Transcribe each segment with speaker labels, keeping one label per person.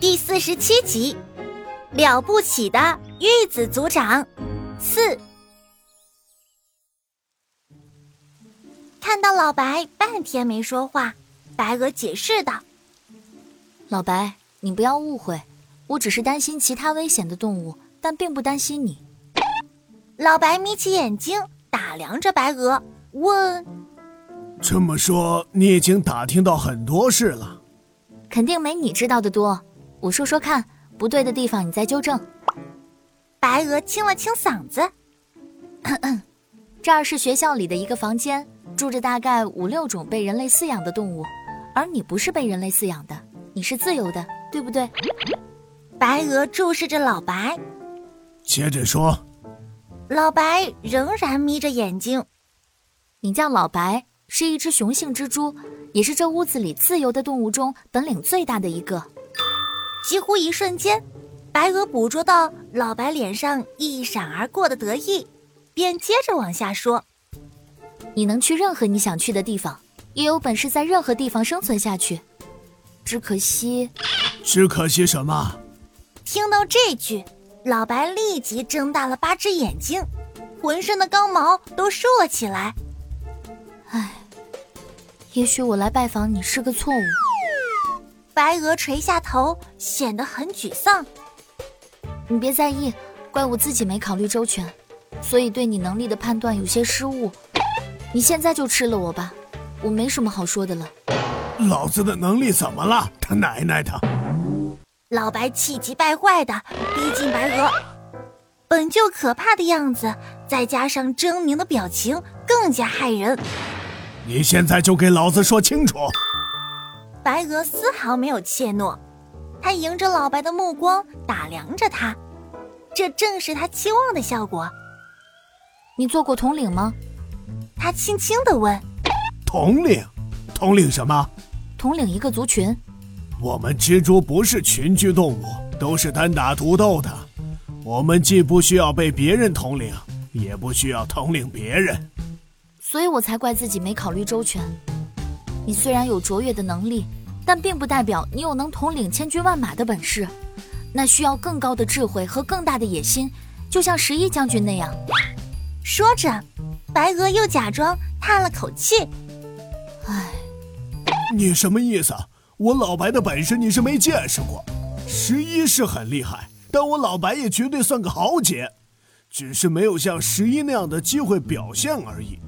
Speaker 1: 第四十七集，了不起的玉子组长四。看到老白半天没说话，白鹅解释道
Speaker 2: 老白，你不要误会，我只是担心其他危险的动物，但并不担心你。：“
Speaker 1: 老白眯起眼睛打量着白鹅，问
Speaker 3: 这么说，你已经打听到很多事了。
Speaker 2: 肯定没你知道的多。我说说看，不对的地方你再纠正。
Speaker 1: 白鹅清了清嗓子，
Speaker 2: 这儿是学校里的一个房间，住着大概五六种被人类饲养的动物，而你不是被人类饲养的，你是自由的，对不对？
Speaker 1: 白鹅注视着老白，
Speaker 3: 接着说，
Speaker 1: 老白仍然眯着眼睛。
Speaker 2: 你叫老白，是一只雄性蜘蛛，也是这屋子里自由的动物中本领最大的一个。
Speaker 1: 几乎一瞬间，白鹅捕捉到老白脸上一闪而过的得意，便接着往下说
Speaker 2: 你能去任何你想去的地方，也有本事在任何地方生存下去。只可惜，
Speaker 3: 只可惜什么？：“
Speaker 1: 听到这句，老白立即睁大了八只眼睛，浑身的刚毛都竖了起来。
Speaker 2: 也许我来拜访你是个错误。
Speaker 1: 白鹅垂下头，显得很沮丧。
Speaker 2: 你别在意，怪我自己没考虑周全，所以对你能力的判断有些失误。你现在就吃了我吧，我没什么好说的了。
Speaker 3: 老子的能力怎么了？他奶奶的！
Speaker 1: 老白气急败坏的逼近白鹅，本就可怕的样子，再加上狰狞的表情，更加骇人。
Speaker 3: 你现在就给老子说清楚！
Speaker 1: 白鹅丝毫没有怯懦，它迎着老白的目光打量着他，这正是他期望的效果。
Speaker 2: 你做过统领吗？
Speaker 1: 他轻轻地问
Speaker 3: 统领，统领什么？
Speaker 2: 统领一个族群，
Speaker 3: 我们蜘蛛不是群居动物，都是单打独斗的。我们既不需要被别人统领，也不需要统领别人。
Speaker 2: 所以我才怪自己没考虑周全。你虽然有卓越的能力，但并不代表你有能统领千军万马的本事，那需要更高的智慧和更大的野心，就像十一将军那样。：“
Speaker 1: 说着，白鹅又假装叹了口气。
Speaker 3: 你什么意思？啊我老白的本事你是没见识过。十一是很厉害，但我老白也绝对算个豪杰，只是没有像十一那样的机会表现而已。”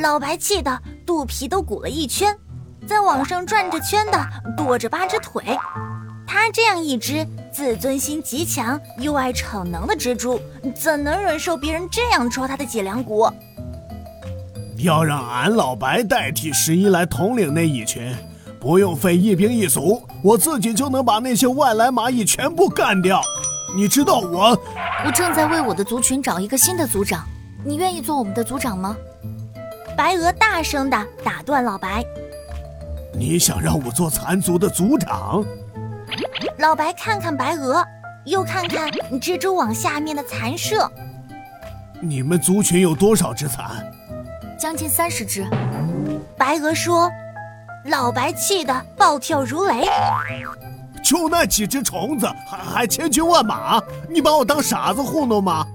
Speaker 1: 老白气得肚皮都鼓了一圈，在网上转着圈的跺着八只腿。他这样一只自尊心极强又爱逞能的蜘蛛，怎能忍受别人这样戳他的脊梁骨？
Speaker 3: 要让俺老白代替十一来统领那一群，不用费一兵一卒，我自己就能把那些外来蚂蚁全部干掉。你知道我？
Speaker 2: 我正在为我的族群找一个新的族长，你愿意做我们的族长吗？
Speaker 1: 白鹅大声地打断老白。
Speaker 3: 你想让我做残族的族长？
Speaker 1: 老白看看白鹅，又看看蜘蛛网下面的残舍。
Speaker 3: 你们族群有多少只蚕？
Speaker 2: 将近三十只。
Speaker 1: 白鹅说：“老白气得暴跳如雷。
Speaker 3: 就那几只虫子，还还千军万马？你把我当傻子糊弄吗？”